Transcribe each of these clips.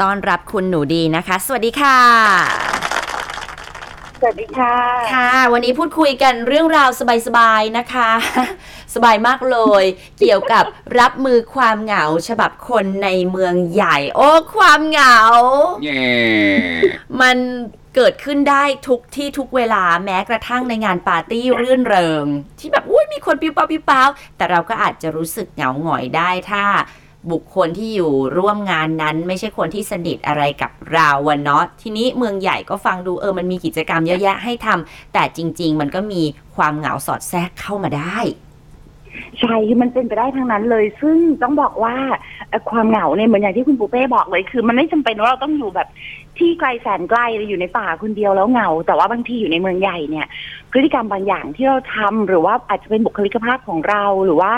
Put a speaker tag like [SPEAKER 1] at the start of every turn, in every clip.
[SPEAKER 1] ต้อนรับคุณหนูดีนะคะ สวัสดีค่ะ
[SPEAKER 2] สวัสดีค่ะ
[SPEAKER 1] ค่ะ วันนี้พูดคุยกันเรื่องราวสบายๆนะคะ สบายมากเลย เกี่ยวกับรับมือความเหงาฉบับคนในเมืองใหญ่ โอ้ความเหงา
[SPEAKER 3] เย่
[SPEAKER 1] มันเกิดขึ้นได้ทุกที่ทุกเวลาแม้กระทั่งในงานปาร์ตี้รื่นเริง ที่แบบอุ้ยมีคนปิ้วเป้าปิ้วเป้าแต่เราก็อาจจะรู้สึกเหงาหงอยได้ถ้า บุคคลที่อยู่ร่วมงานนั้นไม่ใช่คนที่สนิทอะไรกับเราวันเนาะทีนี้เมืองใหญ่ก็ฟังดูเออมันมีกิจกรรมเยอะแยะให้ทำแต่จริง ๆ มันก็มีความเหงาสอดแทรกเข้ามาได้
[SPEAKER 2] ใช่คือมันเป็นไปได้ทั้งนั้นเลย ซึ่งต้องบอกว่าเอ่อความเหงาเนี่ยเหมือนอย่างที่คุณปูเป้บอกเลย คือมันไม่จำเป็นว่าเราต้องอยู่แบบที่ไกลแสนไกลหรืออยู่ในป่าคนเดียวแล้วเหงา แต่ว่าบางทีอยู่ในเมืองใหญ่เนี่ย พฤติกรรมบางอย่างที่เราทำหรือว่าอาจจะเป็นบุคลิกภาพของเราหรือว่า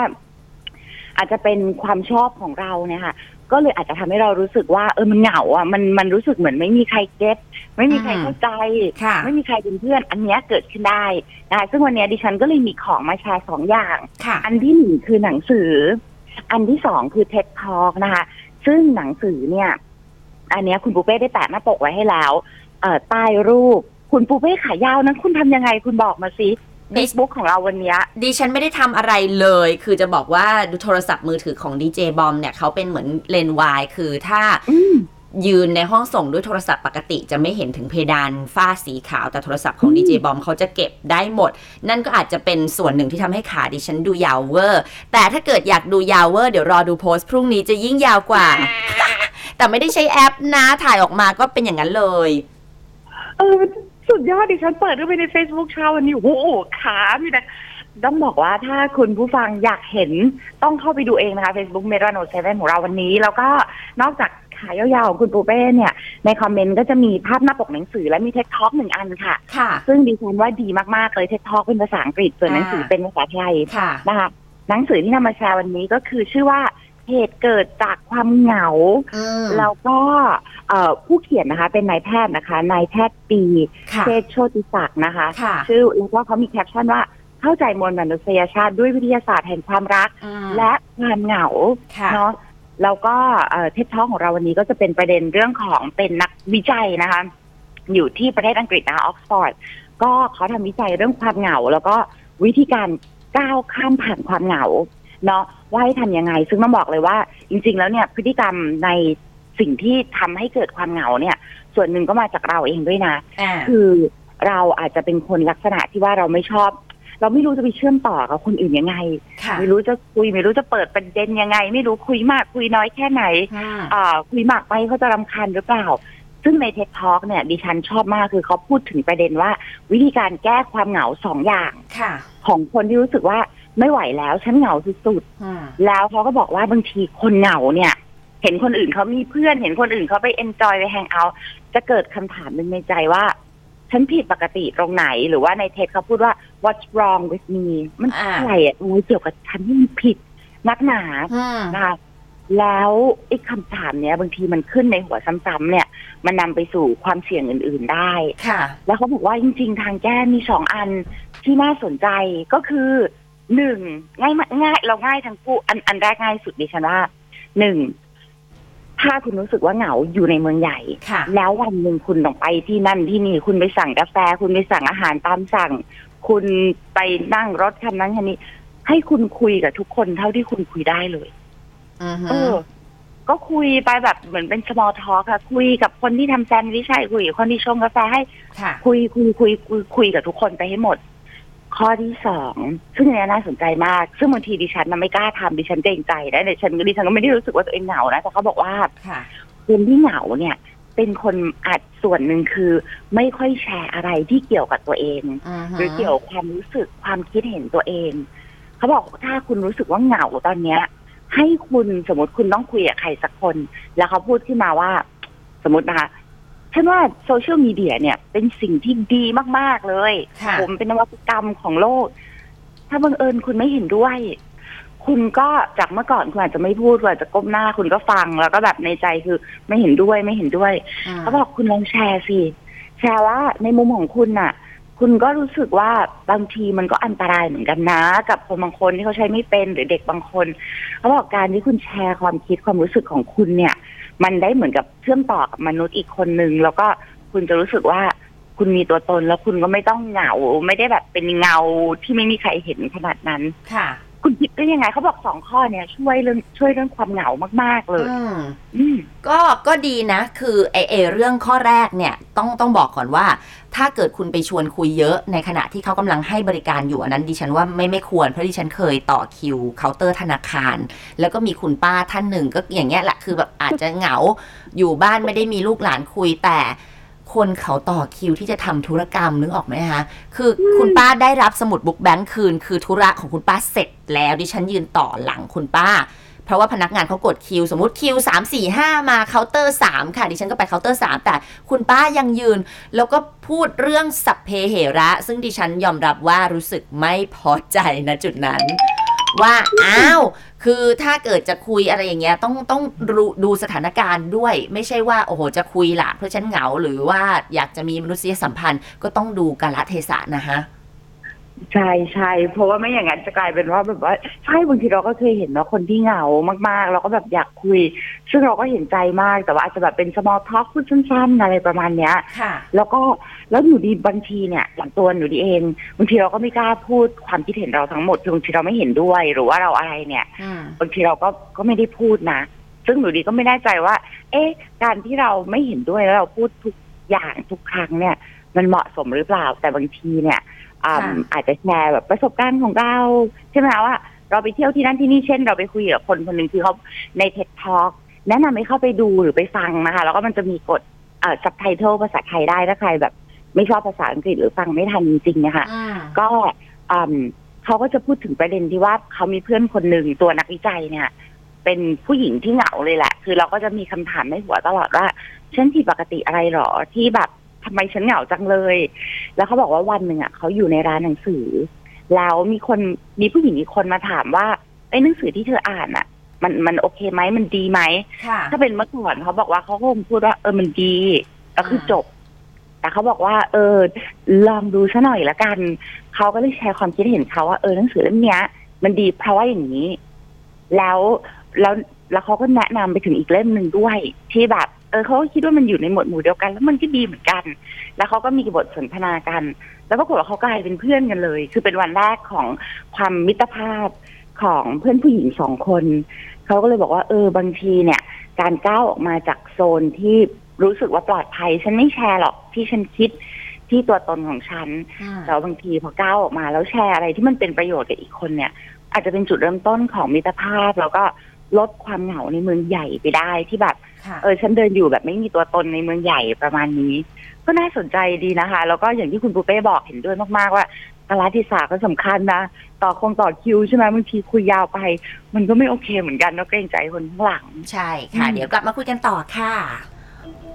[SPEAKER 2] อาจจะเป็นความชอบของเราเนี่ยค่ะ ก็เลยอาจจะทำให้เรารู้สึกว่าเออมันเหงาอ่ะมันมันรู้สึกเหมือนไม่มีใครเก็ตไม่มีใครเข้าใจ
[SPEAKER 1] ค่ะ
[SPEAKER 2] ไม่มีใครเป็นเพื่อน อันเนี้ยเกิดขึ้นได้นะคะซึ่งวันเนี้ยดิฉันก็เลยมีของมาแชร์สองอย่าง
[SPEAKER 1] ค่ะ
[SPEAKER 2] อันที่หนึ่งคือหนังสือ อันที่สองคือเท็ดทอกนะคะ ซึ่งหนังสือเนี่ย อันเนี้ยคุณปูเป้ได้แปะหน้าปกไว้ให้แล้ว เอ่อใต้รูป คุณปูเป้ขายาวนั้นคุณทำยังไงคุณบอกมาสิ Facebook ของเราวันเนี้ย
[SPEAKER 1] ดิฉันไม่ได้ทำอะไรเลย คือจะบอกว่าดูโทรศัพท์มือถือของดีเจบอมเนี่ยเขาเป็นเหมือนเลนส์วายคือถ้า
[SPEAKER 2] อืม
[SPEAKER 1] ยืนในห้องส่งด้วยโทรศัพท์ปกติ จะไม่เห็นถึงเพดานฝ้าสีขาวแต่โทรศัพท์ของดีเจบอมเขาจะเก็บได้หมด นั่นก็อาจจะเป็นส่วนหนึ่งที่ทำให้ขาดิฉันดูยาวเวอร์ แต่ถ้าเกิดอยากดูยาวเวอร์เดี๋ยวรอดูโพสต์พรุ่งนี้จะยิ่งยาวกว่า แต่ไม่ได้ใช้แอปนะถ่ายออกมาก็เป็นอย่างนั้นเลย
[SPEAKER 2] เออสุดยอดดิฉันเปิดเข้าไปใน Facebook เช้าวันนี้โอ้โหขามีแต่ต้องบอกว่าถ้าคุณผู้ฟังอยากเห็นต้องเข้าไปดูเองนะคะ Facebook m e r a n o 7ของเราวันนี้ แล้วก็นอกจากขายาวๆของคุณปูเป้เนี่ย ในคอมเมนต์ก็จะมีภาพหน้าปกหนังสือและมีเท็กท็อกหนึ่งอันค่ะ
[SPEAKER 1] ค่ะ
[SPEAKER 2] ซึ่งดิฉันว่าดีมากๆเลยเท็กท็อกเป็นภาษาอังกฤษส่วนหนังสือ
[SPEAKER 1] ค่ะ
[SPEAKER 2] เป็นภาษาไทย
[SPEAKER 1] ค่ะ
[SPEAKER 2] นะคะหนังสือที่นำมาแชร์วันนี้ก็คือชื่อว่าเหตุเกิดจากความเหงา
[SPEAKER 1] อืม
[SPEAKER 2] แล้วก็เอ่อผู้เขียนนะคะเป็นนายแพทย์นะคะนายแพทย์ปี
[SPEAKER 1] ค่ะ
[SPEAKER 2] เชษฐ์โชติศักดิ์นะคะ
[SPEAKER 1] ค่ะ
[SPEAKER 2] ชื่อแล้วก็เขามีแคปชั่นว่าเข้าใจมวลมนุษยชาติด้วยวิทยาศาสตร์แห่งความรัก
[SPEAKER 1] อืม
[SPEAKER 2] และความเหงา
[SPEAKER 1] ค่ะ
[SPEAKER 2] เนาะแล้วก็เทปท้องของเราวันนี้ก็จะเป็นประเด็นเรื่องของเป็นนักวิจัยนะคะ อยู่ที่ประเทศอังกฤษนะคะออกซฟอร์ดก็เขาทำวิจัยเรื่องความเหงา แล้วก็วิธีการก้าวข้ามผ่านความเหงาเนาะว่าให้ทำยังไง ซึ่งต้องบอกเลยว่า จริง ๆ แล้วเนี่ยพฤติกรรมในสิ่งที่ทำให้เกิดความเหงาเนี่ย ส่วนหนึ่งก็มาจากเราเองด้วยนะ
[SPEAKER 1] อ่า
[SPEAKER 2] คือเราอาจจะเป็นคนลักษณะที่ว่าเราไม่ชอบ เราไม่รู้จะไปเชื่อมต่อกับคนอื่นยังไง
[SPEAKER 1] ค่ะ
[SPEAKER 2] ไม่รู้จะคุยไม่รู้จะเปิดประเด็นยังไง ไม่รู้คุยมากคุยน้อยแค่ไหน
[SPEAKER 1] อืม
[SPEAKER 2] อ่าคุยมากไปเขาจะรำคาญหรือเปล่า ซึ่งในเท็ t ทอ k เนี่ยดิฉันชอบมากคือเขาพูดถึงประเด็นว่า วิธีการแก้ความเหงาสองอย่าง
[SPEAKER 1] ค่ะ
[SPEAKER 2] ของคนที่รู้สึกว่าไม่ไหวแล้วฉันเหงาสุด
[SPEAKER 1] อืม
[SPEAKER 2] ๆแล้วเขาก็บอกว่าบางทีคนเหงาเนี่ย เห็นคนอื่นเขามีเพื่อน เห็นคนอื่นเขาไปเอนจอยไปแฮงเอาท์จะเกิดคำถามหนึ่งในใจว่า ฉันผิดปกติตรงไหน หรือว่าในเทปเขาพูดว่า what's wrong with me มัน
[SPEAKER 1] อ่า
[SPEAKER 2] อะไรอ่ะโอ้ยเกี่ยวกับฉันที่มันผิดนักหนา
[SPEAKER 1] อืม
[SPEAKER 2] นะคะแล้วไอ้คำถามเนี้ย บางทีมันขึ้นในหัวซ้ำๆเนี่ย มันนำไปสู่ความเสี่ยงอื่นๆได้
[SPEAKER 1] ค่ะ
[SPEAKER 2] แล้วเขาบอกว่าจริงๆ ทางแก้มีสองอันที่น่าสนใจก็คือหนึ่งง่ายมากง่ายเราง่ายทั้งคู่อันอันแรกง่ายสุดดิฉันว่าหนึ่งถ้าคุณรู้สึกว่าเหงาอยู่ในเมืองใหญ่
[SPEAKER 1] ค่ะ
[SPEAKER 2] แล้ววันหนึ่งคุณต้องไปที่นั่นที่นี่คุณไปสั่งกาแฟ คุณไปสั่งอาหารตามสั่ง คุณไปนั่งรถคันนั้นคันนี้ ให้คุณคุยกับทุกคนเท่าที่คุณคุยได้เลย
[SPEAKER 1] อือฮึ
[SPEAKER 2] เออ ก็คุยไปแบบเหมือนเป็น small talk ค่ะ คุยกับคนที่ทำแซนด์วิชให้คุยกับคนที่ชงกาแฟให้
[SPEAKER 1] ค่ะ
[SPEAKER 2] คุยคุยคุยคุยคุยกับทุกคนไปให้หมด ข้อที่สองซึ่งอันเนี้ยน่าสนใจมาก ซึ่งบางทีดิฉันนะไม่กล้าทำดิฉันเกรงใจนะแต่ฉันดิฉันก็ไม่ได้รู้สึกว่าตัวเองเหงานะแต่เขาบอกว่า
[SPEAKER 1] ค่ะ
[SPEAKER 2] คนที่เหงาเนี่ย เป็นคนอาจส่วนหนึ่งคือ ไม่ค่อยแชร์อะไรที่เกี่ยวกับตัวเอง
[SPEAKER 1] อือฮึ
[SPEAKER 2] หรือเกี่ยวกับความรู้สึกความคิดเห็นตัวเอง เขาบอกถ้าคุณรู้สึกว่าเหงาตอนเนี้ย ให้คุณสมมติคุณต้องคุยกับใครสักคน แล้วเขาพูดขึ้นมาว่า สมมตินะคะฉันว่าโซเชียลมีเดียเนี่ยเป็นสิ่งที่ดีมาก ๆ เลย
[SPEAKER 1] ค่ะ
[SPEAKER 2] ผมเป็นนวัตกรรมของโลก ถ้าบังเอิญคุณไม่เห็นด้วย คุณก็จากเมื่อก่อนคุณอาจจะไม่พูดคุณอาจจะก้มหน้าคุณก็ฟัง แล้วก็แบบในใจคือไม่เห็นด้วยไม่เห็นด้วย เขาบอกคุณลองแชร์สิ แชร์ว่าในมุมของคุณน่ะ คุณก็รู้สึกว่าบางทีมันก็อันตรายเหมือนกันนะ กับคนบางคนที่เขาใช้ไม่เป็นหรือเด็กบางคน เขาบอกการที่คุณแชร์ความคิดความรู้สึกของคุณเนี่ย มันได้เหมือนกับเชื่อมต่อกับมนุษย์อีกคนนึง แล้วก็คุณจะรู้สึกว่าคุณมีตัวตนแล้วคุณก็ไม่ต้องเหงา ไม่ได้แบบเป็นเงาที่ไม่มีใครเห็นขนาดนั้น
[SPEAKER 1] ค่ะ
[SPEAKER 2] คุณคิดได้ยังไงเขาบอกสองข้อเนี่ย ช่วยเรื่องช่วยเรื่องความเหงามากๆเลย
[SPEAKER 1] อืม
[SPEAKER 2] อืม
[SPEAKER 1] ก็ก็ดีนะคือไอเอเรื่องข้อแรกเนี่ยต้องต้องบอกก่อนว่า ถ้าเกิดคุณไปชวนคุยเยอะในขณะที่เขากำลังให้บริการอยู่อันนั้นดิฉันว่าไม่ไม่ควรเพราะดิฉันเคยต่อคิวเคาน์เตอร์ธนาคาร แล้วก็มีคุณป้าท่านหนึ่งก็อย่างเงี้ยแหละคือแบบอาจจะเหงาอยู่บ้านไม่ได้มีลูกหลานคุยแต่ คนเขาต่อคิวที่จะทำธุรกรรมนึกออกไหมคะคืออคุณป้าได้รับสมุดบุ๊กแบงค์คืน คือธุระของคุณป้าเสร็จแล้วดิฉันยืนต่อหลังคุณป้า เพราะว่าพนักงานเขากดคิว สมมติคิว 3 4 5 มาเคาน์เตอร์ 3 ค่ะ ดิฉันก็ไปเคาน์เตอร์ 3 แต่คุณป้ายังยืน แล้วก็พูดเรื่องสัพเพเหระ ซึ่งดิฉันยอมรับว่ารู้สึกไม่พอใจนะจุดนั้น ว่า อ้าว คือถ้าเกิดจะคุยอะไรอย่างเงี้ยต้องต้องรู้ดูสถานการณ์ด้วย ไม่ใช่ว่า โอ้โห จะคุยละเพราะฉันเหงาหรือว่าอยากจะมีมนุษยสัมพันธ์ก็ต้องดูกาลเทศะนะฮะ
[SPEAKER 2] ใช่ใช่เพราะว่าไม่อย่างนั้นจะกลายเป็นว่าแบบว่าใช่บางทีเราก็เคยเห็นเนาะคนที่เหงามากๆ เราก็แบบอยากคุย ซึ่งเราก็เห็นใจมากแต่ว่าอาจจะแบบเป็น small talk พูดสั้นๆอะไรประมาณเนี้ย
[SPEAKER 1] ค่ะ
[SPEAKER 2] แล้วก็แล้วอยู่ดีบางทีเนี่ยอย่างตัวหนูดีเองบางทีเราก็ไม่กล้าพูดความคิดเห็นเราทั้งหมดคือบางทีเราไม่เห็นด้วยหรือว่าเราอะไรเนี่ย
[SPEAKER 1] อืม
[SPEAKER 2] บางทีเราก็ก็ไม่ได้พูดนะ ซึ่งหนูดีก็ไม่แน่ใจว่า เอ๊ะ การที่เราไม่เห็นด้วยแล้วเราพูดทุกอย่างทุกครั้งเนี่ย มันเหมาะสมหรือเปล่า แต่บางทีเนี่ยอืม
[SPEAKER 1] ค่ะ
[SPEAKER 2] อาจจะแชร์แบบประสบการณ์ของเราใช่ไหมว่าเราไปเที่ยวที่นั่นที่นี่เช่น เราไปคุยกับคนคนหนึ่งคือเขาในเท็ดทอกแนะนำให้เข้าไปดูหรือไปฟังนะคะ แล้วก็มันจะมีกดเอ่อซับไตเติลภาษาไทยได้ถ้าใครแบบไม่ชอบภาษาอังกฤษหรือฟังไม่ทันจริงๆเนะคะ
[SPEAKER 1] อืม
[SPEAKER 2] ก็อืมเขาก็จะพูดถึงประเด็นที่ว่าเขามีเพื่อนคนหนึ่งตัวนักวิจัยเนี่ย เป็นผู้หญิงที่เหงาเลยแหละ คือเราก็จะมีคำถามในหัวตลอดว่าฉันผิดปกติอะไรหรอที่แบบทำไมฉันเหงาจังเลย แล้วเขาบอกว่าวันหนึ่งอ่ะเขาอยู่ในร้านหนังสือ แล้วมีคนมีผู้หญิงอีกคนมาถามว่าไอ้หนังสือที่เธออ่านอ่ะ มันมันโอเคไหมมันดีไหม
[SPEAKER 1] ค่ะ
[SPEAKER 2] ถ้าเป็นเมื่อก่อนเขาบอกว่าเขาคงพูดว่าเออมันดีก็คือจบ แต่เขาบอกว่า เออ ลองดูซะหน่อยละกันเขาก็เลยแชร์ความคิดเห็นเขาว่าเออหนังสือเล่มเนี้ย มันดีเพราะว่าอย่างนี้ แล้วแล้วแล้วเขาก็แนะนำไปถึงอีกเล่มหนึ่งด้วย ที่แบบเออเขาก็คิดว่ามันอยู่ในหมวดหมู่เดียวกัน แล้วมันก็ดีเหมือนกัน แล้วเขาก็มีบทสนทนากัน แล้วปรากฏว่าเขากลายเป็นเพื่อนกันเลย คือเป็นวันแรกของความมิตรภาพของเพื่อนผู้หญิงสองคน เขาก็เลยบอกว่าเออบางทีเนี่ย การก้าวออกมาจากโซนที่รู้สึกว่าปลอดภัย ฉันไม่แชร์หรอกที่ฉันคิดที่ตัวตนของฉัน แต่ว่าบางทีพอก้าวออกมาแล้วแชร์อะไรที่มันเป็นประโยชน์กับอีกคนเนี่ย อาจจะเป็นจุดเริ่มต้นของมิตรภาพ แล้วก็ลดความเหงาในเมืองใหญ่ไปได้ที่แบบ
[SPEAKER 1] ค่ะ
[SPEAKER 2] เออฉันเดินอยู่แบบไม่มีตัวตนในเมืองใหญ่ประมาณนี้ ก็น่าสนใจดีนะคะ แล้วก็อย่างที่คุณปูเป้บอกเห็นด้วยมากๆว่าการทิสาก็สำคัญนะ ต่อคงต่อคิวใช่ไหมบางทีคุยยาวไป มันก็ไม่โอเคเหมือนกันเนาะเกรงใจคนข้างหลัง
[SPEAKER 1] ใช่ค่ะ
[SPEAKER 2] อืม
[SPEAKER 1] เดี๋ยวกลับมาคุยกันต่อค่ะ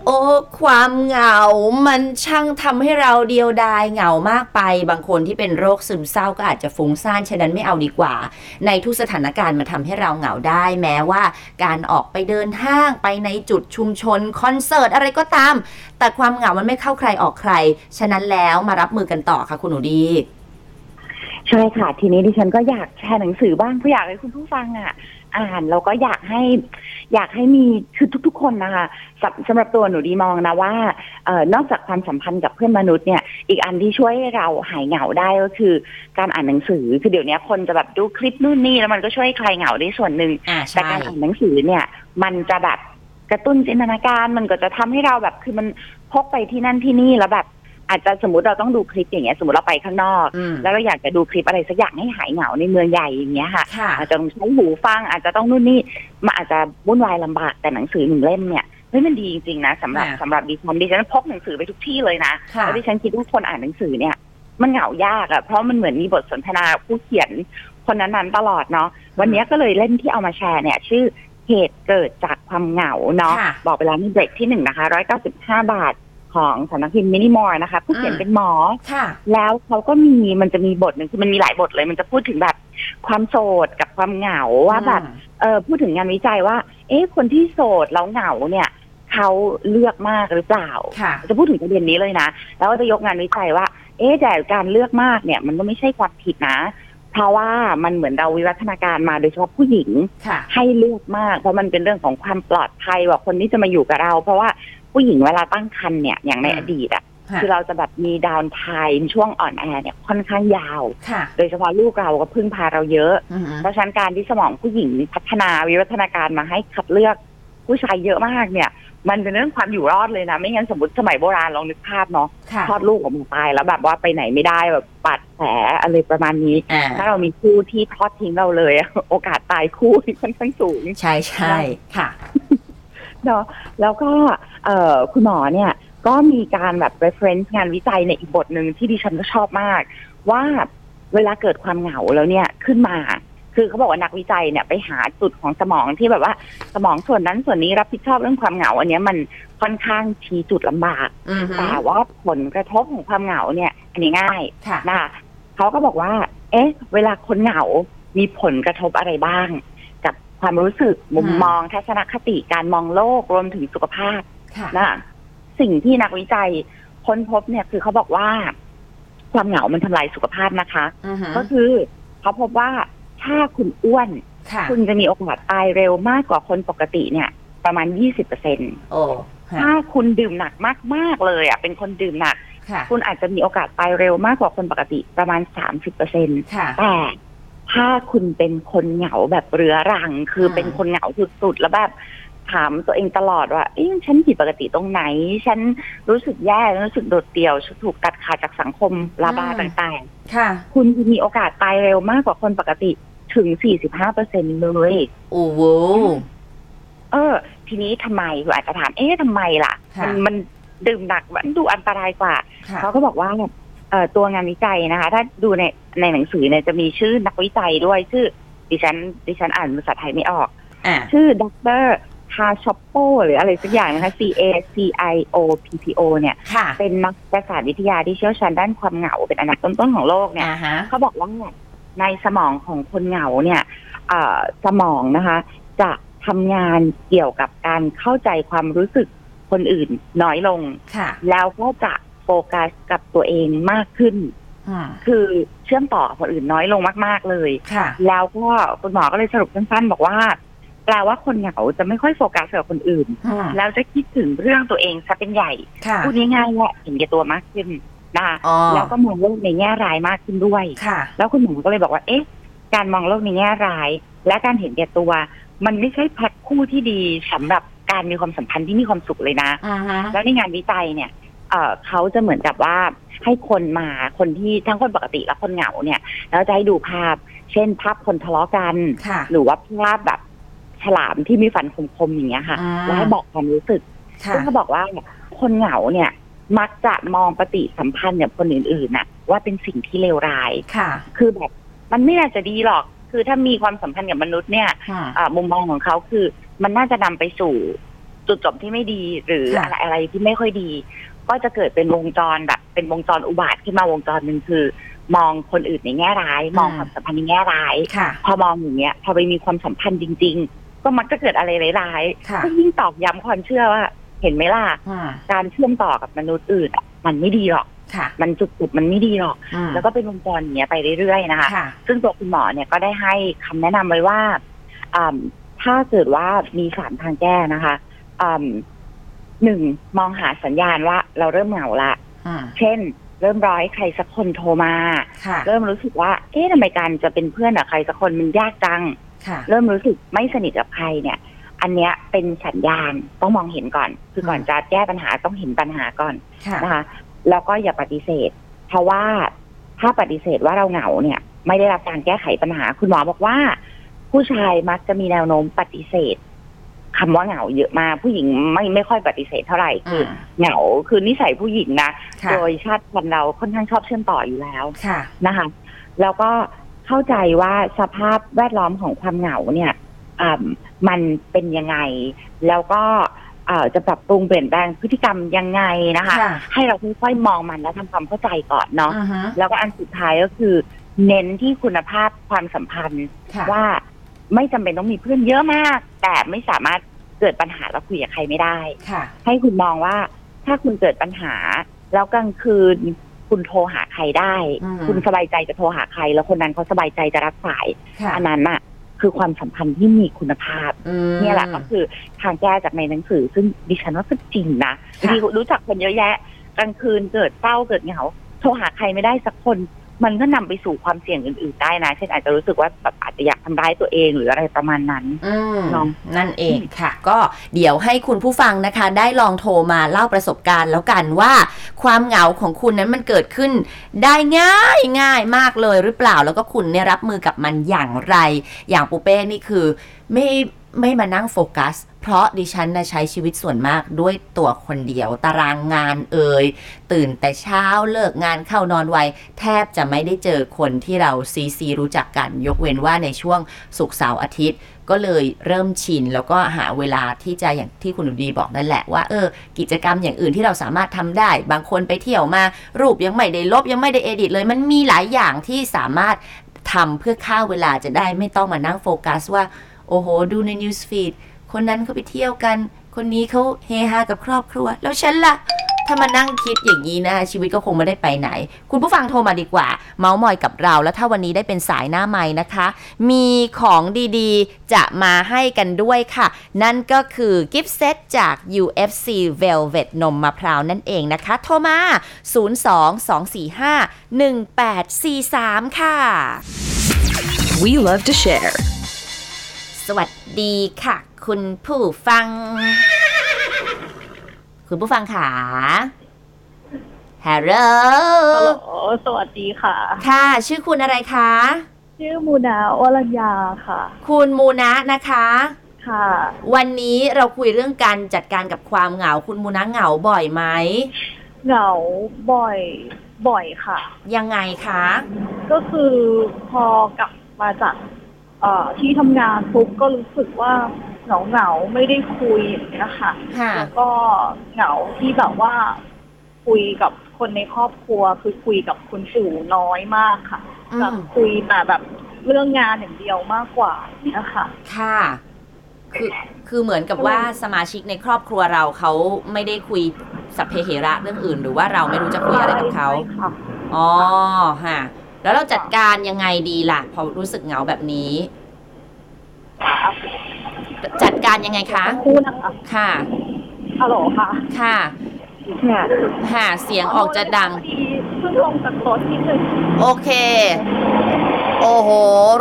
[SPEAKER 1] โอ้ความเหงา มันช่างทำให้เราเดียวดายเหงามากไป บางคนที่เป็นโรคซึมเศร้าก็อาจจะฟุ้งซ่านฉะนั้นไม่เอาดีกว่า ในทุกสถานการณ์มันทำให้เราเหงาได้ แม้ว่า การออกไปเดินห้างไปในจุดชุมชนคอนเสิร์ตอะไรก็ตาม แต่ความเหงามันไม่เข้าใครออกใคร ฉะนั้นแล้วมารับมือกันต่อค่ะคุณหนูดี
[SPEAKER 2] ใช่ค่ะ ทีนี้ดิฉันก็อยากแชร์หนังสือบ้างเพราะอยากให้คุณผู้ฟังอ่ะ อ่านแล้วก็อยากให้ อยากให้มีคือทุก ๆ คนนะคะสำสำหรับตัวหนูดีมองนะว่าเออนอกจากความสัมพันธ์กับเพื่อนมนุษย์เนี่ย อีกอันที่ช่วยให้เราหายเหงาได้ก็คือ การอ่านหนังสือคือเดี๋ยวนี้คนจะแบบดูคลิปนู่นนี่แล้วมันก็ช่วยคลายเหงาได้ส่วนหนึ่ง
[SPEAKER 1] อ่า
[SPEAKER 2] แต่
[SPEAKER 1] ใช่
[SPEAKER 2] การอ่านหนังสือเนี่ย มันจะแบบกระตุ้นจินตนาการมันก็จะทำให้เราแบบคือมันพกไปที่นั่นที่นี่แล้วแบบ อาจจะสมมติเราต้องดูคลิปอย่างเงี้ย สมมติเราไปข้างนอก
[SPEAKER 1] อืม
[SPEAKER 2] แล้วเราอยากจะดูคลิปอะไรสักอย่างให้หายเหงาในเมืองใหญ่อย่างเงี้ยค่ะ
[SPEAKER 1] ค่ะ
[SPEAKER 2] อาจจะต้องใช้หูฟัง อาจจะต้องนู่นนี่มันอาจจะวุ่นวายลำบากแต่หนังสือหนึ่งเล่มเนี่ยเฮ้ยมันดีจริงๆนะสำหรับ
[SPEAKER 1] ค่ะ
[SPEAKER 2] สำหรับดิฉันดิฉันพกหนังสือไปทุกที่เลยนะ
[SPEAKER 1] ค่ะ
[SPEAKER 2] แล้วดิฉันคิดว่าคนอ่านหนังสือเนี่ย มันเหงายากอะเพราะมันเหมือนมีบทสนทนาผู้เขียนคนนั้นๆตลอดเนาะวันเนี้ยก็เลยเล่นที่เอามาแชร์เนี่ย ชื่อเหตุเกิดจากความเหงาเนาะ
[SPEAKER 1] ค่ะ
[SPEAKER 2] บอกไปแล้วในเบรกที่หนึ่งนะคะร้อยเก้าสิบห้าบาทของสำนักพิมพ์มินิมอลนะคะ ผู้เขียนเป็นหมอ
[SPEAKER 1] ค่ะ
[SPEAKER 2] แล้วเขาก็มีมันจะมีบทหนึ่งคือมันมีหลายบทเลย มันจะพูดถึงแบบความโสดกับความเหงาว่าแบบเออพูดถึงงานวิจัยว่า เอ๊ะคนที่โสดแล้วเหงาเนี่ยเขาเลือกมากหรือเปล่า
[SPEAKER 1] ค่ะ
[SPEAKER 2] จะพูดถึงประเด็นนี้เลยนะ แล้วก็จะยกงานวิจัยว่า เอ๊ะแต่การเลือกมากเนี่ย มันก็ไม่ใช่ความผิดนะ เพราะว่ามันเหมือนเราวิวัฒนาการมาโดยเฉพาะผู้หญิง
[SPEAKER 1] ค่ะ
[SPEAKER 2] ให้เลือกมาก เพราะมันเป็นเรื่องของความปลอดภัยว่าคนที่จะมาอยู่กับเรา เพราะว่าผู้หญิงเวลาตั้งครรภ์เนี่ยอย่างใน
[SPEAKER 1] อืม
[SPEAKER 2] อดีตอ่ะคือเราจะแบบมีดาวน์ไทม์ช่วงอ่อนแอเนี่ยค่อนข้างยาว
[SPEAKER 1] ค่ะ
[SPEAKER 2] โดยเฉพาะลูกเราก็พึ่งพาเราเยอะ
[SPEAKER 1] อืม
[SPEAKER 2] เพราะฉะนั้นการที่สมองผู้หญิงพัฒนาวิวัฒนาการมาให้คัดเลือกผู้ชายเยอะมากเนี่ย มันเป็นเรื่องความอยู่รอดเลยนะ ไม่งั้นสมมติสมัยโบราณลองนึกภาพเนาะ
[SPEAKER 1] ค่ะ
[SPEAKER 2] คลอดลูกออกมาตายแล้วแบบว่าไปไหนไม่ได้แบบปาดแผลอะไรประมาณนี้
[SPEAKER 1] อ่า
[SPEAKER 2] ถ้าเรามีคู่ที่ทอดทิ้งเราเลยอะ โอกาสตายคู่ค่อนข้างสูง
[SPEAKER 1] ใช่ใช่ค่ะ
[SPEAKER 2] เนาะแล้วก็เอ่อคุณหมอเนี่ย ก็มีการแบบ reference งานวิจัยในอีกบทหนึ่งที่ดิฉันก็ชอบมาก ว่าเวลาเกิดความเหงาแล้วเนี่ยขึ้นมา คือเขาบอกว่านักวิจัยเนี่ยไปหาจุดของสมองที่แบบว่าสมองส่วนนั้นส่วนนี้รับผิดชอบเรื่องความเหงา อันเนี้ยมันค่อนข้างชี้จุดลำบาก
[SPEAKER 1] อืม
[SPEAKER 2] แต่ว่าผลกระทบของความเหงาเนี่ย อันนี้ง่าย
[SPEAKER 1] ค่ะ
[SPEAKER 2] นะคะเขาก็บอกว่า เอ๊ะ เวลาคนเหงา มีผลกระทบอะไรบ้าง กับความรู้สึกมุมมองทัศนคติการมองโลกรวมถึงสุขภาพ
[SPEAKER 1] ค่ะ
[SPEAKER 2] นะสิ่งที่นักวิจัยค้นพบเนี่ยคือเขาบอกว่า ความเหงามันทำลายสุขภาพนะคะ
[SPEAKER 1] อืม
[SPEAKER 2] ก็คือเขาพบว่าถ้าคุณอ้วน
[SPEAKER 1] ค่ะ
[SPEAKER 2] คุณจะมีโอกาสตายเร็วมากกว่าคนปกติเนี่ย ประมาณ 20%
[SPEAKER 1] โอ้ค่ะ
[SPEAKER 2] ถ้าคุณดื่มหนักมาก ๆ เลยอ่ะเป็นคนดื่มหนัก
[SPEAKER 1] ค่ะ
[SPEAKER 2] คุณอาจจะมีโอกาสตายเร็วมากกว่าคนปกติประมาณ 30%
[SPEAKER 1] ค่ะ
[SPEAKER 2] แต่ถ้าคุณเป็นคนเหงาแบบเรื้อรัง คือเป็นคนเหงาสุดๆ แล้วแบบถามตัวเองตลอดว่าเอ๊ะฉันผิดปกติตรงไหน ฉันรู้สึกแย่รู้สึกโดดเดี่ยวฉันถูกตัดขาดจากสังคมลาบา
[SPEAKER 1] อืม
[SPEAKER 2] ต่าง
[SPEAKER 1] ค่ะ
[SPEAKER 2] ๆ คุณมีโอกาสตายเร็วมากกว่าคนปกติถึง 45เปอร์เซ็นเลย
[SPEAKER 1] โอ้โห
[SPEAKER 2] เออ ทีนี้ทำไมคุณอาจจะถามเอ๊ะทำไมล่ะ
[SPEAKER 1] ค่ะ
[SPEAKER 2] มัมันดื่มหนักมันดูอันตรายกว่า
[SPEAKER 1] ค่ะ
[SPEAKER 2] เขาก็บอกว่าเอ่อตัวงานวิจัยนะคะ ถ้าดูในในหนังสือเนี่ยจะมีชื่อนักวิจัยด้วยชื่อ ดิฉัน ดิฉันอ่านภาษาไทยไม่ออก
[SPEAKER 1] อ่า
[SPEAKER 2] ชื่อดรคาชอปโปหรืออะไรสักอย่างนะคะ C A C I O P P O เนี่ย
[SPEAKER 1] ค่ะ
[SPEAKER 2] เป็นนักประสาทวิทยาที่เชี่ยวชาญด้านความเหงาเป็นอันดับต้นๆของโลกเนี่ย
[SPEAKER 1] อ่าฮะ
[SPEAKER 2] เขาบอกว่าในสมองของคนเหงาเนี่ยเอ่อสมองนะคะ จะทำงานเกี่ยวกับการเข้าใจความรู้สึกคนอื่นน้อยลง
[SPEAKER 1] ค่ะ
[SPEAKER 2] แล้วก็จะโฟกัสกับตัวเองมากขึ้น
[SPEAKER 1] อืม
[SPEAKER 2] คือเชื่อมต่อกับคนอื่นน้อยลงมาก ๆ เลย
[SPEAKER 1] ค่ะ
[SPEAKER 2] แล้วก็คุณหมอก็เลยสรุปสั้นๆ บอกว่า แปลว่าคนเหงาจะไม่ค่อยโฟกัสกับคนอื่น
[SPEAKER 1] อืม
[SPEAKER 2] แล้วจะคิดถึงเรื่องตัวเองซะเป็นใหญ่
[SPEAKER 1] ค่ะ
[SPEAKER 2] พูดง่ายๆแหละเห็นแก่ตัวมากขึ้นนะคะ
[SPEAKER 1] อ๋อ
[SPEAKER 2] แล้วก็มองโลกในแง่ร้ายมากขึ้นด้วย
[SPEAKER 1] ค่ะ
[SPEAKER 2] แล้วคุณหมอก็เลยบอกว่า เอ๊ะ การมองโลกในแง่ร้าย และการเห็นแก่ตัว มันไม่ใช่แพ็คคู่ที่ดีสำหรับการมีความสัมพันธ์ที่มีความสุขเลยนะ
[SPEAKER 1] อือฮะ
[SPEAKER 2] แล้วในงานวิจัยเนี่ยเอ่อเขาจะเหมือนกับว่าให้คนมาคนที่ทั้งคนปกติและคนเหงาเนี่ย แล้วจะให้ดูภาพ เช่นภาพคนทะเลาะกัน
[SPEAKER 1] ค่ะ
[SPEAKER 2] หรือว่าภาพแบบฉลามที่มีฟันคมๆอย่างเงี้ยค่ะ
[SPEAKER 1] อืม
[SPEAKER 2] แล้วให้บอกความรู้สึก
[SPEAKER 1] ค่ะ
[SPEAKER 2] ซึ่งเขาบอกว่าคนเหงาเนี่ย มักจะมองปฏิสัมพันธ์เนี่ยคนอื่นๆน่ะ ว่าเป็นสิ่งที่เลวร้าย
[SPEAKER 1] ค่ะ
[SPEAKER 2] คือแบบมันไม่น่าจะดีหรอก คือถ้ามีความสัมพันธ์กับมนุษย์เนี่ย
[SPEAKER 1] อืม
[SPEAKER 2] อ่ามุมมองของเขาคือมันน่าจะนำไปสู่จุดจบที่ไม่ดีหรือ
[SPEAKER 1] ค่ะ
[SPEAKER 2] อะไรอะไรที่ไม่ค่อยดี ก็จะเกิดเป็นวงจรแบบ เป็นวงจรอุบาทขึ้นมาวงจรหนึ่งคือ มองคนอื่นในแง่ร้าย มองความสัมพันธ์ในแง่ร้าย
[SPEAKER 1] ค่ะ
[SPEAKER 2] พอมองอย่างเงี้ย พอไปมีความสัมพันธ์จริง ๆ ก็มักจะเกิดอะไรร้าย
[SPEAKER 1] ค่ะ
[SPEAKER 2] ๆก็ยิ่งตอกย้ำความเชื่อว่า เห็นไหมล่ะ
[SPEAKER 1] อืม
[SPEAKER 2] การเชื่อมต่อกับมนุษย์อื่นอะมันไม่ดีหรอก
[SPEAKER 1] ค่ะ
[SPEAKER 2] มันจุดจบมันไม่ดีหรอก
[SPEAKER 1] อืม
[SPEAKER 2] แล้วก็เป็นวงจรอย่างเงี้ยไปเรื่อยๆนะคะ
[SPEAKER 1] ค่ะ
[SPEAKER 2] ซึ่งตัวคุณหมอเนี่ยก็ได้ให้คำแนะนำไว้ว่าอืมถ้าเกิดว่ามีสามทางแก้นะคะอืมหนึ่งมองหาสัญญาณว่าเราเริ่มเหงาละ
[SPEAKER 1] อืม
[SPEAKER 2] เช่น เริ่มร้อยใครสักคนโทรมา
[SPEAKER 1] ค่ะ
[SPEAKER 2] เริ่มรู้สึกว่า เอ๊ะทำไมการจะเป็นเพื่อนกับใครสักคนมันยากจัง
[SPEAKER 1] ค่ะ
[SPEAKER 2] เริ่มรู้สึกไม่สนิทกับใครเนี่ย อันเนี้ยเป็นสัญญาณต้องมองเห็นก่อน คือก่อนจะแก้ปัญหาต้องเห็นปัญหาก่อน
[SPEAKER 1] ค่ะ
[SPEAKER 2] นะคะแล้วก็อย่าปฏิเสธ เพราะว่าถ้าปฏิเสธว่าเราเหงาเนี่ย ไม่ได้รับการแก้ไขปัญหา คุณหมอบอกว่า ผู้ชายมักจะมีแนวโน้มปฏิเสธคำว่าเหงาเยอะมากผู้หญิงไม่ไม่ค่อยปฏิเสธเท่าไหร่
[SPEAKER 1] อื
[SPEAKER 2] คือ
[SPEAKER 1] ม
[SPEAKER 2] เหงาคือนิสัยผู้หญิงนะ
[SPEAKER 1] ค่ะ
[SPEAKER 2] โดยชาติพันธุ์เราค่อนข้างชอบเชื่อมต่ออยู่แล้ว
[SPEAKER 1] ค่ะ
[SPEAKER 2] นะคะแล้วก็เข้าใจว่าสภาพแวดล้อมของความเหงาเนี่ยอ่ามันเป็นยังไง แล้วก็เอ่อจะปรับปรุงเปลี่ยนแปลงพฤติกรรมยังไงนะคะ
[SPEAKER 1] ค่ะ
[SPEAKER 2] ให้เราค่อยๆมองมันแล้วทำความเข้าใจก่อนเนาะ
[SPEAKER 1] อือฮะ
[SPEAKER 2] แล้วก็อันสุดท้ายก็คือ เน้นที่คุณภาพความสัมพันธ์
[SPEAKER 1] ค่ะ
[SPEAKER 2] ว่าไม่จำเป็นต้องมีเพื่อนเยอะมาก แต่ไม่สามารถเกิดปัญหาแล้วคุยกับใครไม่ได้
[SPEAKER 1] ค่ะ
[SPEAKER 2] ให้คุณมองว่าถ้าคุณเกิดปัญหา แล้วกลางคืน คุณโทรหาใครได้
[SPEAKER 1] อืม
[SPEAKER 2] คุณสบายใจจะโทรหาใคร แล้วคนนั้นเขาสบายใจจะรับสาย
[SPEAKER 1] ค่ะ
[SPEAKER 2] อันนั้นน่ะ คือความสัมพันธ์ที่มีคุณภาพ
[SPEAKER 1] อืม
[SPEAKER 2] เนี่ยแหละก็คือทางแก้จากในหนังสือ ซึ่งดิฉันว่าก็จริงนะ
[SPEAKER 1] ค่ะ
[SPEAKER 2] ดีรู้จักคนเยอะแยะกลางคืนเกิดเศร้าเกิดเหงาโทรหาใครไม่ได้สักคน มันก็นำไปสู่ความเสี่ยงอื่นๆได้นะเช่นอาจจะรู้สึกว่าแบบอาจจะอยากทำร้ายตัวเองหรืออะไรประมาณนั้น
[SPEAKER 1] อืม
[SPEAKER 2] ลอง
[SPEAKER 1] นั่นเองค่ะ ก็เดี๋ยวให้คุณผู้ฟังนะคะ ได้ลองโทรมาเล่าประสบการณ์แล้วกันว่า ความเหงาของคุณนั้นมันเกิดขึ้นได้ง่ายง่ายมากเลยหรือเปล่าแล้วก็คุณเนี่ยรับมือกับมันอย่างไร อย่างปูเป้นี่คือ ไม่ไม่มานั่งโฟกัส เพราะดิฉันนะใช้ชีวิตส่วนมากด้วยตัวคนเดียว ตารางงานเอ่ยตื่นแต่เช้าเลิกงานเข้านอนไว แทบจะไม่ได้เจอคนที่เราซีซีรู้จักกัน ยกเว้นว่าในช่วงศุกร์เสาร์อาทิตย์ ก็เลยเริ่มชิน แล้วก็หาเวลาที่จะอย่างที่คุณหนูดีบอกนั่นแหละว่าเออกิจกรรมอย่างอื่นที่เราสามารถทำได้ บางคนไปเที่ยวมา รูปยังไม่ได้ลบยังไม่ได้เอดิตเลย มันมีหลายอย่างที่สามารถทำเพื่อฆ่าเวลาจะได้ไม่ต้องมานั่งโฟกัสว่า โอ้โห ดูใน Newsfeed คนนั้นเขาไปเที่ยวกัน คนนี้เขาเฮฮากับครอบครัว แล้วฉันล่ะ ถ้ามานั่งคิดอย่างนี้นะชีวิตก็คงไม่ได้ไปไหน คุณผู้ฟังโทรมาดีกว่า เมาส์มอยกับเรา แล้วถ้าวันนี้ได้เป็นสายหน้าไม้นะคะ มีของดีๆ จะมาให้กันด้วยค่ะ นั่นก็คือกิฟต์เซตจาก UFC Velvet นมมะพร้าวนั่นเองนะคะ โทรมา 02-245-1843 ค่ะ
[SPEAKER 3] We love to share.
[SPEAKER 1] สวัสดีค่ะ คุณผู้ฟัง คุณผู้ฟังค่ะฮัลโหล
[SPEAKER 4] ฮัลโหลสวัสดีค่ะ
[SPEAKER 1] ค่ะ ชื่อคุณอะไรคะ
[SPEAKER 4] ชื่อมูนาวรัญญาค่ะ
[SPEAKER 1] คุณมูนะนะคะ
[SPEAKER 4] ค่ะ
[SPEAKER 1] วันนี้เราคุยเรื่องการจัดการกับความเหงา คุณมูนะเหงาบ่อยไหม
[SPEAKER 4] เหงาบ่อยบ่อยค่ะ
[SPEAKER 1] ยังไงคะ
[SPEAKER 4] ก็คือพอกลับมาจากเอ่อที่ทำงานปุ๊บก็รู้สึกว่าเหงาเหงาๆไม่ได้คุยอย่างเงี้ยค่ะ
[SPEAKER 1] ค่ะ
[SPEAKER 4] แล้วก็เหงาที่แบบว่า คุยกับคนในครอบครัว คือคุยกับคุณปู่น้อยมากค่ะ
[SPEAKER 1] อื
[SPEAKER 4] แบบ
[SPEAKER 1] ม
[SPEAKER 4] คุยแต่แบบเรื่องงานอย่างเดียวมากกว่าอย่างเงี้ยค่ะ
[SPEAKER 1] ค่ะ คือ คือเหมือนกับว่าสมาชิกในครอบครัวเราเขาไม่ได้คุยสัพเพเหระเรื่องอื่น หรือว่าเราไม่รู้จะคุยอะไรกับเขา
[SPEAKER 4] ใช่ค่ะ
[SPEAKER 1] อ๋อฮะแล้วเราจัดการยังไงดีล่ะ พอรู้สึกเหงาแบบนี้ จัดการยังไงคะ
[SPEAKER 4] คู่นะคะ
[SPEAKER 1] ค่ะ
[SPEAKER 4] ฮัลโหลค่ะ
[SPEAKER 1] ค่ะ
[SPEAKER 2] เนี่ย
[SPEAKER 1] หาเสียงออกจะดัง
[SPEAKER 4] พอเพิ่งลงจากรถนิดนึง
[SPEAKER 1] โอเค โอ้โห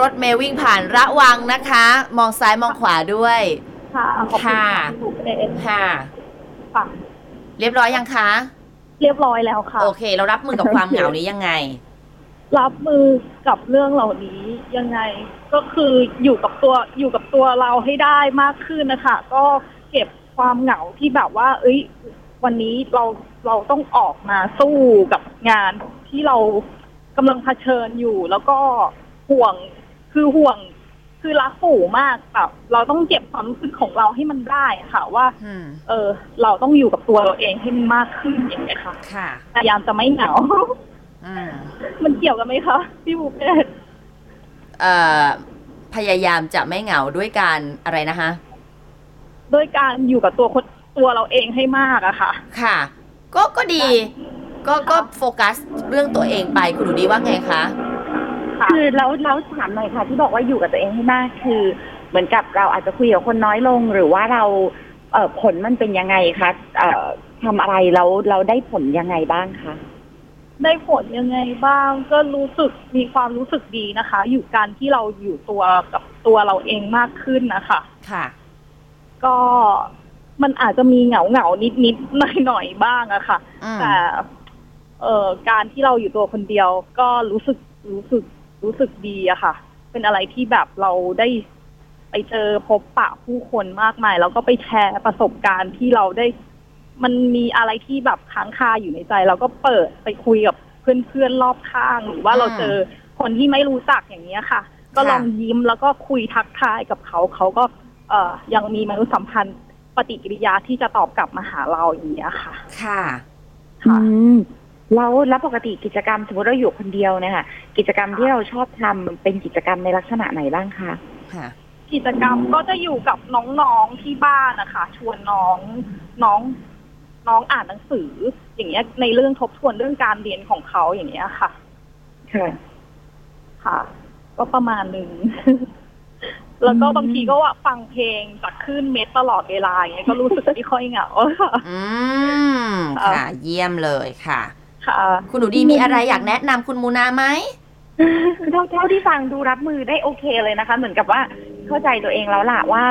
[SPEAKER 1] รถเมย์วิ่งผ่านระวังนะคะ มองซ้ายมองขวาด้วย
[SPEAKER 4] ค่ะ ขอบคุณ
[SPEAKER 1] ค่ะ
[SPEAKER 4] ถูกเลย
[SPEAKER 1] ค่ะ
[SPEAKER 4] ค่ะ
[SPEAKER 1] เรียบร้อยยังคะ
[SPEAKER 4] เรียบร้อยแล้วค่ะ
[SPEAKER 1] โอเค เรารับมือกับความเหงานี้ยังไง
[SPEAKER 4] รับมือกับเรื่องเหล่านี้ยังไง ก็คืออยู่กับตัวอยู่กับตัวเราให้ได้มากขึ้นนะคะ ก็เก็บความเหงาที่แบบว่า เอ้ย วันนี้เราเราต้องออกมาสู้กับงานที่เรากำลังเผชิญอยู่ แล้วก็ห่วงคือห่วงคือรักปู่มากแบบเราต้องเก็บความรู้สึกของเราให้มันได้ค่ะ ว่า
[SPEAKER 1] อืม
[SPEAKER 4] เออ เราต้องอยู่กับตัวเราเองให้มันมากขึ้นอย่างเงี้ยค่ะ
[SPEAKER 1] ค่ะ
[SPEAKER 4] พยายามจะไม่เหงา
[SPEAKER 1] อืม
[SPEAKER 4] มันเกี่ยวกันไหมคะพี่บุฟเฟ่ต์
[SPEAKER 1] เอ่อ พยายามจะไม่เหงาด้วยการอะไรนะคะ
[SPEAKER 4] ด้วยการอยู่กับตัวคนตัวเราเองให้มากอะค่ะ
[SPEAKER 1] ค่ะ ก็ก็ดี ก็ก็โฟกัสเรื่องตัวเองไปคุณดูดีว่าไงคะ
[SPEAKER 4] ค่ะ
[SPEAKER 2] คือแล้วแล้วถามหน่อยค่ะที่บอกว่าอยู่กับตัวเองให้มากคือ เหมือนกับเราอาจจะคุยกับคนน้อยลง หรือว่าเราเอ่อผลมันเป็นยังไงคะเอ่อทำอะไรแล้วเราได้ผลยังไงบ้างคะ
[SPEAKER 4] ได้ผลยังไงบ้างก็รู้สึกมีความรู้สึกดีนะคะ อยู่การที่เราอยู่ตัวกับตัวเราเองมากขึ้นนะคะ
[SPEAKER 1] ค่ะ
[SPEAKER 4] ก็มันอาจจะมีเหงาเหงานิดนิดๆหน่อยหน่อยๆบ้างอะค่ะ
[SPEAKER 1] อืม
[SPEAKER 4] แต่เอ่อการที่เราอยู่ตัวคนเดียวก็รู้สึกรู้สึกรู้สึกดีอะค่ะ เป็นอะไรที่แบบเราได้ไปเจอพบปะผู้คนมากมาย แล้วก็ไปแชร์ประสบการณ์ที่เราได้ มันมีอะไรที่แบบค้างคาอยู่ในใจ เราก็เปิดไปคุยกับเพื่อนๆรอบข้าง หรือว่า
[SPEAKER 1] อืม
[SPEAKER 4] เราเจอคนที่ไม่รู้จักอย่างเนี้ยค่ะ ก็
[SPEAKER 1] ค่ะ
[SPEAKER 4] ลองยิ้มแล้วก็คุยทักทายกับเขา เขาก็ เอ่อยังมีมนุษยสัมพันธ์ปฏิกิริยาที่จะตอบกลับมาหาเราอย่างเนี้ยค่ะ
[SPEAKER 1] ค่ะ
[SPEAKER 4] ค่ะ
[SPEAKER 2] อืมแล้วแล้วปกติกิจกรรมสมมติเราอยู่คนเดียวเนี่ยค่ะ กิจกรรมที่เราชอบทำเป็นกิจกรรมในลักษณะไหนบ้างคะ
[SPEAKER 1] ค่ะ
[SPEAKER 4] กิจกรรมก็จะอยู่กับน้องๆที่บ้านนะคะ ชวนน้องน้อง น้องอ่านหนังสือ อย่างเงี้ยในเรื่องทบทวนเรื่องการเรียนของเขาอย่างเงี้ยค่ะ
[SPEAKER 2] ค่ะ
[SPEAKER 4] ค่ะ ก็ประมาณหนึ่ง แล้วก็
[SPEAKER 2] อืม
[SPEAKER 4] บางทีก็ว่าฟังเพลงจากคลื่นเม็ดตลอดเวลาอย่างเงี้ยก็รู้สึกไม่ค่อยเหงาค่ะ
[SPEAKER 1] อืมค่ะ เยี่ยมเลยค่ะ
[SPEAKER 4] ค่ะ
[SPEAKER 1] คุณหนูดีมีอะไรอยากแนะนำคุณมูนาไหม
[SPEAKER 2] คือเท่าเท่าที่ฟังดูรับมือได้โอเคเลยนะคะ เหมือนกับว่าเข้าใจตัวเองแล้วล่ะว่า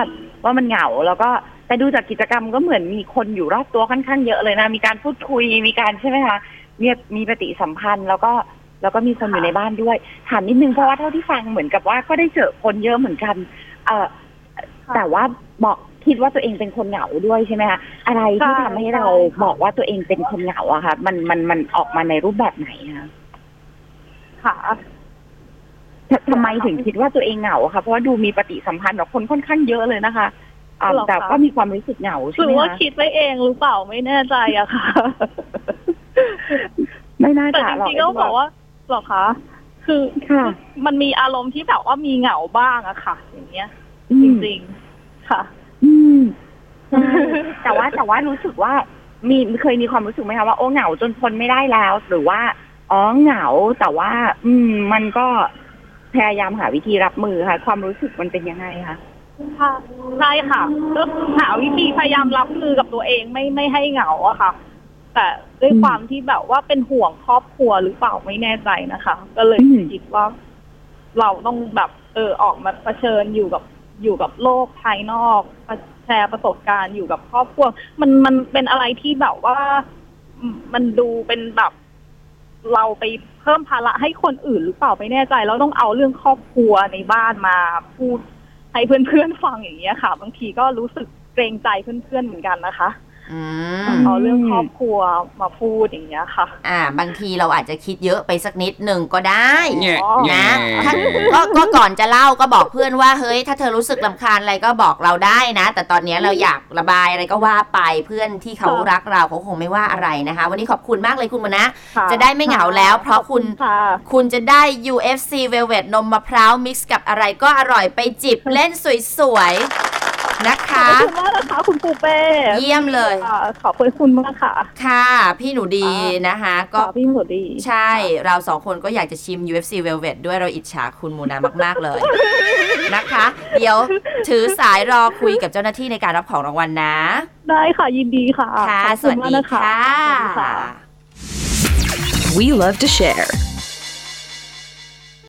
[SPEAKER 2] ว่ามันเหงาแล้วก็แต่ดูจากกิจกรรมก็เหมือนมีคนอยู่รอบตัวค่อนข้างเยอะเลยนะ มีการพูดคุยมีการใช่ไหมคะมีมีปฏิสัมพันธ์แล้วก็แล้วก็มีคนอยู่ในบ้านด้วยถามนิดนึงเพราะว่าเท่าที่ฟังเหมือนกับว่าก็ได้เจอคนเยอะเหมือนกัน เออแต่ว่าบอกคิดว่าตัวเองเป็นคนเหงาด้วยใช่ไหมคะอะไรที่
[SPEAKER 4] ใช่
[SPEAKER 2] ทำให้เรา
[SPEAKER 4] ใช่ค่ะ
[SPEAKER 2] บอกว่าตัวเองเป็นคนเหงาอะคะมันมันมันออกมาในรูปแบบไหนคะ
[SPEAKER 4] ค่ะ
[SPEAKER 2] ททำไมถึงคิดว่าตัวเองเหงาอะคะเพราะว่าดูมีปฏิสัมพันธ์กับคนค่อนข้างเยอะเลยนะคะอ่า
[SPEAKER 4] หรอคะ
[SPEAKER 2] แต่ก็มีความรู้สึกเหงา
[SPEAKER 4] ห
[SPEAKER 2] ใช่
[SPEAKER 4] รือ
[SPEAKER 2] ไหม
[SPEAKER 4] ว่า
[SPEAKER 2] คะ
[SPEAKER 4] คิดไว้เองหรือเปล่าไม่แน่ใจอะค่ะ
[SPEAKER 2] ไม่น่า
[SPEAKER 4] แต่
[SPEAKER 2] จะ
[SPEAKER 4] จ
[SPEAKER 2] หรอก
[SPEAKER 4] ริงๆก็บอกว่าหรอคะคือ
[SPEAKER 2] ค่ะ
[SPEAKER 4] มันมีอารมณ์ที่แบบว่ามีเหงาบ้างอะค่ะ อย่างเงี้ย
[SPEAKER 2] อื
[SPEAKER 4] จ
[SPEAKER 2] ม
[SPEAKER 4] ริงๆ ค่ะ
[SPEAKER 2] อืมใช่แต่ว่าแต่ว่ารู้สึกว่ามีเคยมีความรู้สึกไหมคะว่าโอ้เหงาจนทนไม่ได้แล้ว หรือว่าอ๋อเหงาแต่ว่า อืม มันก็พยายามหาวิธีรับมือค่ะ ความรู้สึกมันเป็นยังไงคะ
[SPEAKER 4] ค่ะใช่ค่ะก็หาวิธีพยายามรับมือกับตัวเองไม่ไม่ให้เหงาอะค่ะ แต่ด้วยความที่แบบว่าเป็นห่วงครอบครัวหรือเปล่าไม่แน่ใจนะคะ ก็เลยคิดว่า เราต้องแบบเออออกมาเผชิญอยู่กับอยู่กับโลกภายนอกแชร์ประสบการณ์อยู่กับครอบครัว มันมันเป็นอะไรที่แบบว่าอืมมันดูเป็นแบบ เราไปเพิ่มภาระให้คนอื่นหรือเปล่าไม่แน่ใจแล้วต้องเอาเรื่องครอบครัวในบ้านมาพูด ให้เพื่อนๆฟังอย่างเงี้ยค่ะ บางทีก็รู้สึกเกรงใจเพื่อนๆเหมือนกันนะคะ
[SPEAKER 1] อืม
[SPEAKER 4] เอาเรื่องครอบครัวมาพูดอย่างเงี้ยค่ะ
[SPEAKER 1] อ่า บางทีเราอาจจะคิดเยอะไปสักนิดหนึ่งก็ได้
[SPEAKER 5] แง่
[SPEAKER 4] อ๋อ
[SPEAKER 5] แง่
[SPEAKER 1] นะถ้าก็ก็ก่อนจะเล่าก็บอกเพื่อนว่า เฮ้ย ถ้าเธอรู้สึกลำคาญอะไรก็บอกเราได้นะ แต่ตอนเนี้ยเราอยากระบายอะไรก็ว่าไปเพื่อนที่เขารักเราเขาคงไม่ว่าอะไรนะคะ วันนี้ขอบคุณมากเลยคุณมนะ
[SPEAKER 4] ค่
[SPEAKER 1] จะได้ไม่เหงาแล้วเพราะคุณ
[SPEAKER 4] ขอบค่ะ
[SPEAKER 1] คุณจะได้ UFC Velvet นมมะพร้าวมิกซ์กับอะไรก็อร่อยไปจิบเล่นสวยๆ นะคะ
[SPEAKER 4] ขอบคุณมากนะคะคุณปูเป้
[SPEAKER 1] เยี่ยมเลย
[SPEAKER 4] ค่ะขอบคุณคุณมากค่ะ
[SPEAKER 1] ค่ะ พี่หนูดีนะคะก็
[SPEAKER 4] ค่ะพี่หมวดดี
[SPEAKER 1] ใช่ เราสองคนก็อยากจะชิม UFC Velvet ด้วยเราอิจฉาคุณมูนามาก ๆ เลย นะคะ เดี๋ยวถือสายรอคุยกับเจ้าหน้าที่ในการรับของรางวัลนะ
[SPEAKER 4] ได้ค่ะยินดีค่ะ
[SPEAKER 1] ค่ะ
[SPEAKER 4] ขอบ
[SPEAKER 1] ส
[SPEAKER 4] คุณ
[SPEAKER 1] วัส
[SPEAKER 4] มาก
[SPEAKER 1] ดี
[SPEAKER 4] น
[SPEAKER 1] ค่ะ
[SPEAKER 4] สวัสดีค่ะ
[SPEAKER 3] We love to share.